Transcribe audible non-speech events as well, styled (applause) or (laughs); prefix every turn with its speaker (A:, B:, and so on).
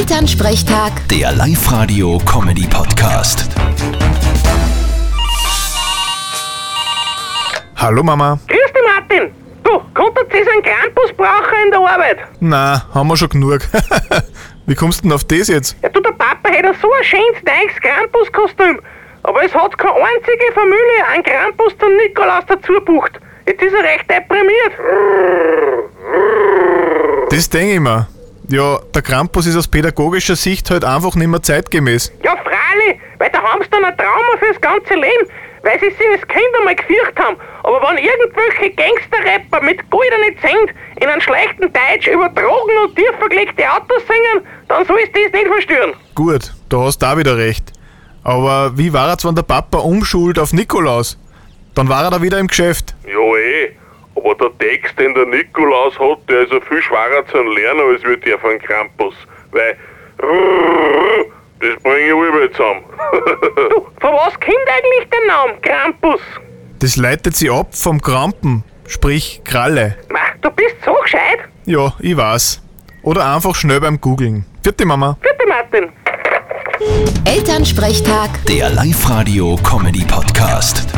A: Elternsprechtag,
B: Der Live-Radio-Comedy-Podcast.
C: Hallo Mama.
D: Grüß dich, Martin. Du, konntet ihr einen Krampus brauchen in der Arbeit?
C: Na, haben wir schon genug. (laughs) Wie kommst du denn auf das jetzt?
D: Ja, du, der Papa hätte so ein schönes neues Krampuskostüm. Aber es hat keine einzige Familie einen Krampus zum Nikolaus dazu bucht. Jetzt ist er recht deprimiert.
C: Das denke ich mir. Ja, der Krampus ist aus pädagogischer Sicht halt einfach nicht mehr zeitgemäß.
D: Ja, freilich, weil da haben sie dann ein Trauma fürs ganze Leben, weil sie sich als Kind einmal gefürcht haben. Aber wenn irgendwelche Gangster-Rapper mit goldenen Zähnen in einem schlechten Deutsch über Drogen und tief verlegte Autos singen, dann soll es das nicht verstören.
C: Gut, da hast du auch wieder recht. Aber wie war jetzt, wenn der Papa umschult auf Nikolaus? Dann war er da wieder im Geschäft.
E: Ja eh, aber der Text, den der Nikolaus hat, der ist ja viel schwerer zu lernen als wie der von Krampus. Weil das bringe ich überall zusammen.
D: Du, von was kommt eigentlich der Name Krampus?
C: Das leitet sie ab vom Krampen, sprich Kralle.
D: Ma, du bist so gescheit.
C: Ja, ich weiß. Oder einfach schnell beim Googlen. Vierte Mama.
D: Bitte, Martin.
A: Elternsprechtag.
B: Der Live-Radio-Comedy-Podcast.